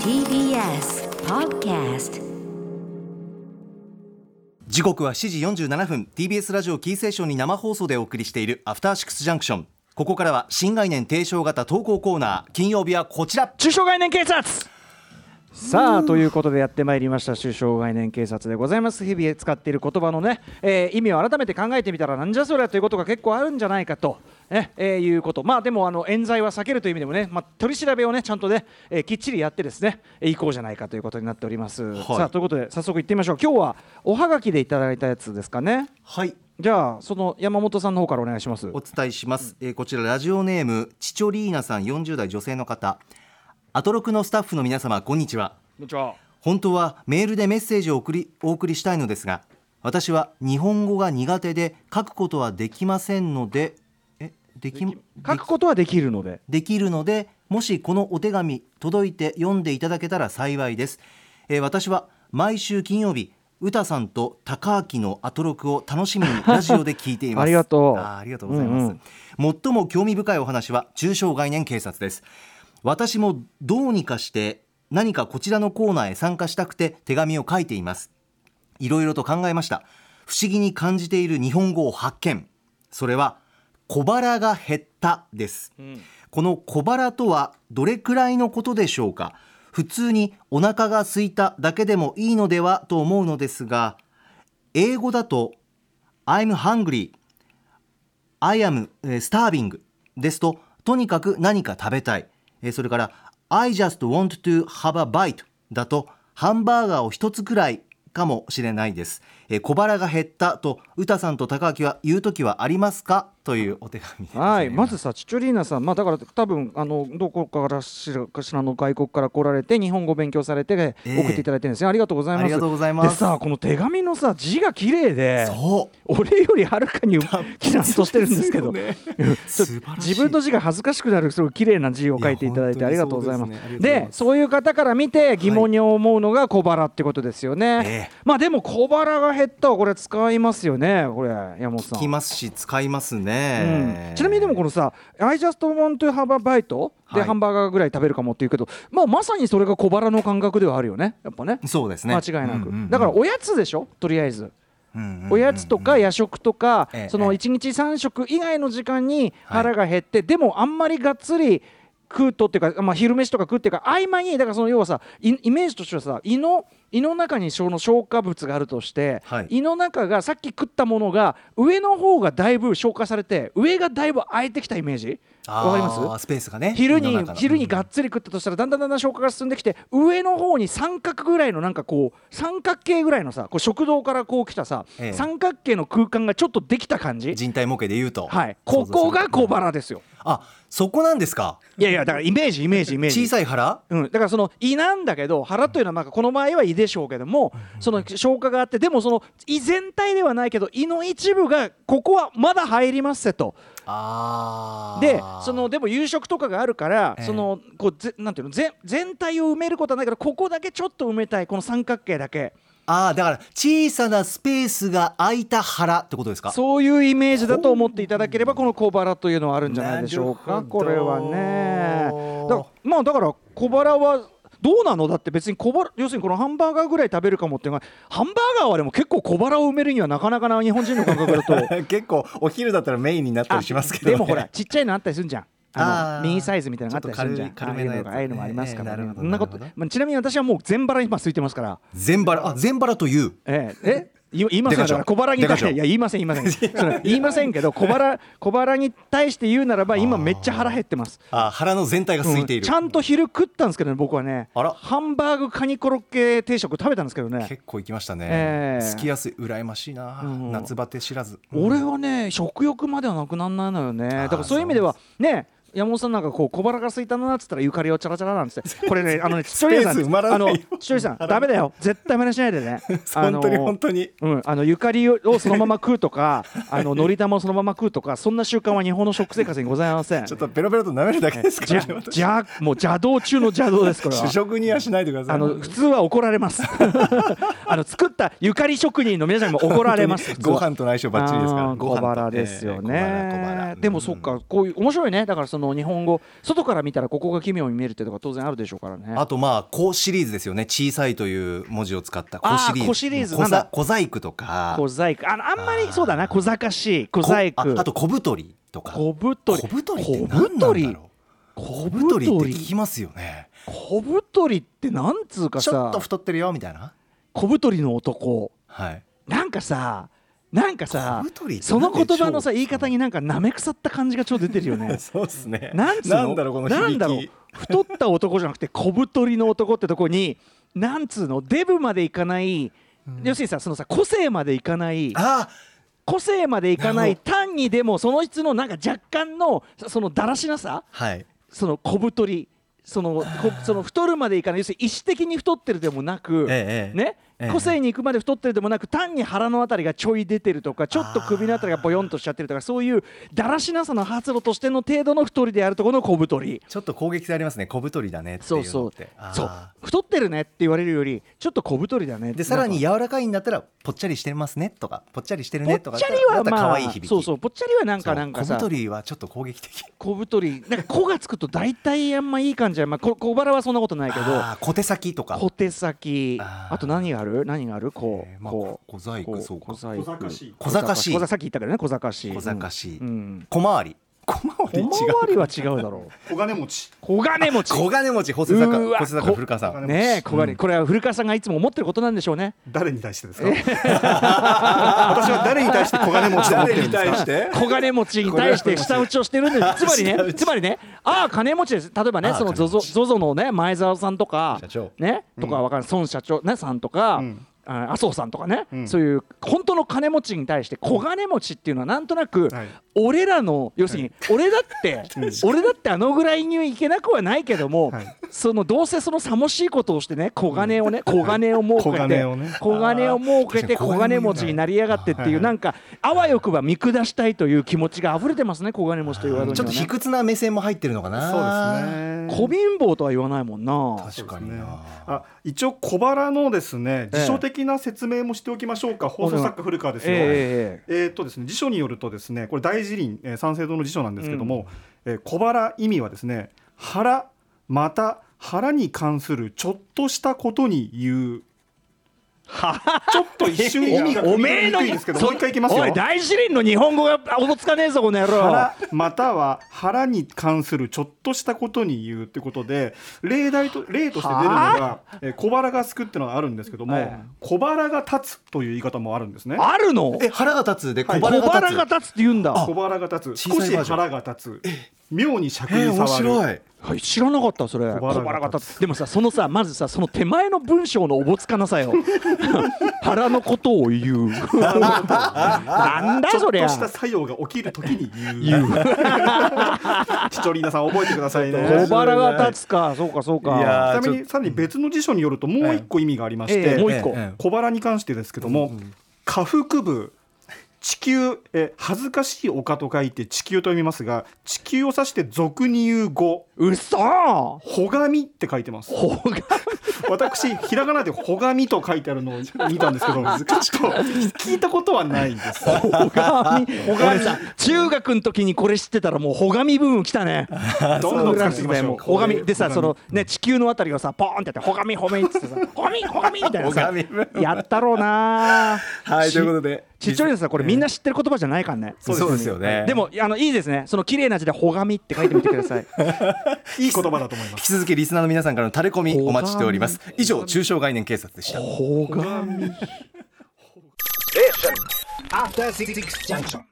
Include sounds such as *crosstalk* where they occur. TBS Podcast 時刻は7時47分 TBS ラジオキーセーションに生放送でお送りしているアフターシックスジャンクションここからは新概念提唱型投稿コーナー金曜日はこちら中小概念警察さあということでやってまいりました中小概念警察でございます日々使っている言葉のね、えー意味を改めて考えてみたらなんじゃそりゃということが結構あるんじゃないかと。ねえーいうことまあでもあの冤罪は避けるという意味でもね、まあ、取り調べをねちゃんとね、えーきっちりやってですねえー行こうじゃないかということになっております、いさあということで早速行ってみましょう今日はおはがきでいただいたやつですかねはいじゃあその山本さんの方からお願いしますお伝えします、えーこちらラジオネームチチョリーナさん40代女性の方アトロクのスタッフの皆様こんにちはにちは本当はメールでメッセージを送りお送りしたいのですが私は日本語が苦手で書くことはできませんのでえでき書くことはできるのでできるのでもしこのお手紙届いて読んでいただけたら幸いです、えー私は毎週金曜日歌さんと高明のアトロクを楽しみにラジオで聞いています *laughs* ありがとうあーありがとうございます、うんうん最も興味深いお話は中小概念警察です私もどうにかして何かこちらのコーナーへ参加したくて手紙を書いていますいろいろと考えました不思議に感じている日本語を発見それは小腹が減ったです、この小腹とはどれくらいのことでしょうか普通にお腹が空いただけでもいいのではと思うのですが英語だと I'm hungry I am えー starving ですととにかく何か食べたいえーそれから I just want to have a bite だとハンバーガーを一つくらいかもしれないですえー小腹が減ったと歌さんと高木は言う時はありますかというお手紙です、はい、まずさ、チチョリーナさん、まあ、だから多分あのどこからしらかしらの外国から来られて、日本語を勉強されて、ええ送っていただいてるんですね。ありがとうございます。ありがとうございますでさ、この手紙のさ、字が綺麗で、そう俺よりはるかにきらんとしてるんですけど、 *laughs* 素晴らしい自分の字が恥ずかしくなる、すごい綺麗な字を書いていただいいて、やありがとうございます本当にそう。ですねありがとうございでま、すそういう方から見て、疑問に思うのが小腹ってことですよね。ええまあ、でも小腹が減ったは、これ使いますよね、これ、山本さん。聞きますし使いますうねん、ちなみにでもこのさ「I just want to have a bite」はでいハンバーガーぐらい食べるかもっていうけど、まあ、まさにそれが小腹の感覚ではあるよねやっぱねそうですね間違いなく、うんうんうんだからおやつでしょとりあえず、うんうんうんおやつとか夜食とか、ええそえのえ1日3食以外の時間に腹が減って、でもあんまりがっつり食うとっていうか、まあ、昼飯とか食うっていうか合間にだからその要はさいイメージとしてはさ胃の胃の中にその消化物があるとして、はい胃の中がさっき食ったものが上の方がだいぶ消化されて上がだいぶ空いてきたイメージあーわかりますスペースがね昼世にの中の昼にがっつり食ったとしたらだんだんだんだん消化が進んできて上の方に三角ぐらいのなんかこう三角形ぐらいのさこう食堂からこう来たさ、ええ三角形の空間がちょっとできた感じ人体模型で言うとはいここが小腹腹ですよあそこなんですかいやいやだからイメージイメージイメー小ジさい腹うん、だからその胃なんだけど腹というのはなんかこの場合は胃でしょうけどもその消化があってでもその胃全体ではないけど胃の一部がここはまだ入りますせとあーでそのでも夕食とかがあるから、ええそのこうぜなんていうのぜ全体を埋めることはないからここだけちょっと埋めたいこの三角形だけあーだから小さなスペースが空いた腹ってことですかそういうイメージだと思っていただければこの小腹というのはあるんじゃないでしょうなかるほこどれはねだまあだから小腹はどうなのだって別に小腹要するにこのハンバーガーぐらい食べるかもっていうのはハンバーガーはでも結構小腹を埋めるにはなかなかな日本人の感覚だ *laughs* と結構お昼だったらメインになったりしますけど、ね、でもほらちっちゃいのあったりするんじゃんああのーミニサイズみたいなのあったりするんじゃんちょっと軽い軽めのやつああいうのがああいうのがありますから、ええなるねほどそんなことなるほどねまあちなみに私はもう全腹今空いてますから *laughs* 全腹あ全腹というえええ言いませんでかだしょから小腹に対しでかしてょいや言いません言いませんそれ言いませんけど小腹小腹に対して言うならば今めっちゃ腹減ってますあ腹の全体が空いていうんる、ちゃんと昼食ったんですけどね僕はねあらハンバーグカニコロッケ定食食べたんですけどね結構行きましたね、ええ好きやすい羨ましいな、うん夏バテ知らず俺はね食欲まではなくなんないのよねだからそういう意味ではそね山本さんなんかこう小腹が空いたなっつったらゆかりをチャラチャラなんつ *laughs* ってこれねあのね千鳥さスペース埋まんあらないよの千鳥さんダメだよ絶対真似しないでねあ *laughs* 本の当に本当にうん、あのゆかりをそのまま食うとか *laughs* あののり玉をそのまま食うとかそんな習慣は日本の食生活にございませんちょっとペロペロと舐めるだけですかじゃら、ね、私じゃもう邪道中の邪道ですこれは *laughs* 主食にはしないでくださいあの普通は怒られ *laughs* ますあの作ったゆかり職人の皆さんにも怒られます本当にご飯との相性バッチリですからあーご飯小と腹ですよね、ええ小腹小腹でもそっかこういう面白いねだからその日本語外から見たらここが奇妙に見えるってとか当然あるでしょうからねあとまあ「小」シリーズですよね小さいという文字を使った小シリーあーズ小シリーズ小なんだざ小細工とか小細工あのあんまりそうだな小賢しい小細工こああと小太りとか小太り小太りって小何なんだ太ろりう小小太太りりって聞きますよね小太りってなんつうかちょさっと太ってるよみたいな小太りの男はいなんかさなんかさ小太りってその言葉のさなんでしょう言い方になんかなめくさった感じが超出てるよねそうですねなんつうのだろうこのなんだろ響うき太った男じゃなくて小太りの男ってとこになんつうのデブまでいかない、要するにさそのさ個性までいかないあ個性までいかなないる単にでもその質のなんか若干のそそのだらしなさはいその小太りそのこその太るまでいかない要するに意思的に太ってるでもなく、ええええねええ個性に行くまで太ってるでもなく単に腹のあたりがちょい出てるとかちょっと首のあたりがボヨンとしちゃってるとかそういうだらしなさの発露としての程度の太りであるところの小太り。ちょっと攻撃性ありますね小太りだねってそいううのそっうてそうあ太ってるねって言われるよりちょっと小太りだねーでさらにや柔らかいんだったらぽっちゃりしてますねとかぽっちゃりしてるぽねっとかちゃりはだったらま可あ愛い響きそうそうぽっちゃりはなんそかうなんかさ小太りはちょっと攻撃的小太りなんか「小」がつくと大体あんまいい感じは、まあ、こ小腹はそんなことないけどあー小手先とか小手先ああーと何がある何があるこう、えーまあこう小細工こそうか小細工小賢しい小賢さっき言ったけどね小賢しい小賢しいうん小回り小回うり違んう小回りは違うだろう小金持ち小金持ち小金持ち補正作うー家わ補正作家こ古川さんねえ小金、これは古川さんがいつも思ってることなんでしょうね誰に対してですか私は誰に対して小金持ちと思ってるんですかして小金持ちに対して舌打ちをしてるんですつまり *laughs* ねつまりねああ金持ちです例えばあねあその金持 ZOZO ち ZOZO のね前澤さんとか社長ねとかわかんない孫社長ねさんとか、うんあ麻生さんとかね、うんそういう本当の金持ちに対して小金持ちっていうのはなんとなく、はい俺らの要するに俺だって、俺だってあのぐらいにはいけなくはないけども、はいそのどうせそのさもしいことをしてね小金をね小金を儲けて小金をね小金を儲けてあー小金持ちになりやがってってはいいはういなんかあわよくば見下したいという気持ちが溢れてますね小金持ちというワードにちょはっとね卑屈な目線も入ってるのかなそうですね小貧乏とは言わないもんな確かにねなあ一応小腹のですね辞書的な説明もしておきましょうか、放送作家古川ですよ、えええええええーっとですね、辞書によるとですねこれ大辞林、えー三省堂の辞書なんですけども、えー小腹意味はですね腹また腹に関するちょっとしたことに *laughs* 言うちょっと一瞬意味がお組みめ取えりのにくいですけどもう一回いきますよおい大辞林の日本語があおぼつかねえぞこの野郎腹または腹に関するちょっとしたことに言うってことで例題と例として出るのが、えー小腹がすくっていうのがあるんですけども、はい小腹が立つという言い方もあるんですねあるのえ腹が立つで小はい腹小が腹が立つ立つって言うんだ小腹が立つ小少さいしバージョン腹が立つ妙に尺えーに面触る、白いはい知らなかったそれ小小腹が立つ腹が立つでもさそのさまずさその手前の文章のおぼつかな *laughs* さよ腹のことを言うなんだちょそっとりゃした作用が起きるときに言う。 *laughs* シチョリーナさん覚えてくださいね。小腹が立つかそうかそうかいやーちなみにさらに別の辞書によるともう一個意味がありましええもうて、一個、ええ小腹に関してですけども、下腹部。地球え恥ずかしい丘と書いて地球と読みますが地球を指して俗に言う語うそほがみって書いてますほが私ひらがなでほがみと書いてあるのを見たんですけど難しく聞いたことはないん *laughs* ですほがみほがみさ中学の時にこれ知ってたらもうほがみ部分来たねどんどん使っていきましょうほがみでさそのね地球のあたりをさポーンってやってほがみほめいっつってさほがみほがみみたいなほさがみ部分やったろうな *laughs* はいということでちっちゃいのさこれみんな知ってる言葉じゃないからねそうですよねでもあのいいですねその綺麗な字でほがみって書いてみてくださいいい言葉だと思います引き続きリスナーの皆さんからのタレコミお待ちしております以上中小概念警察でしたほがみ After Six Junction.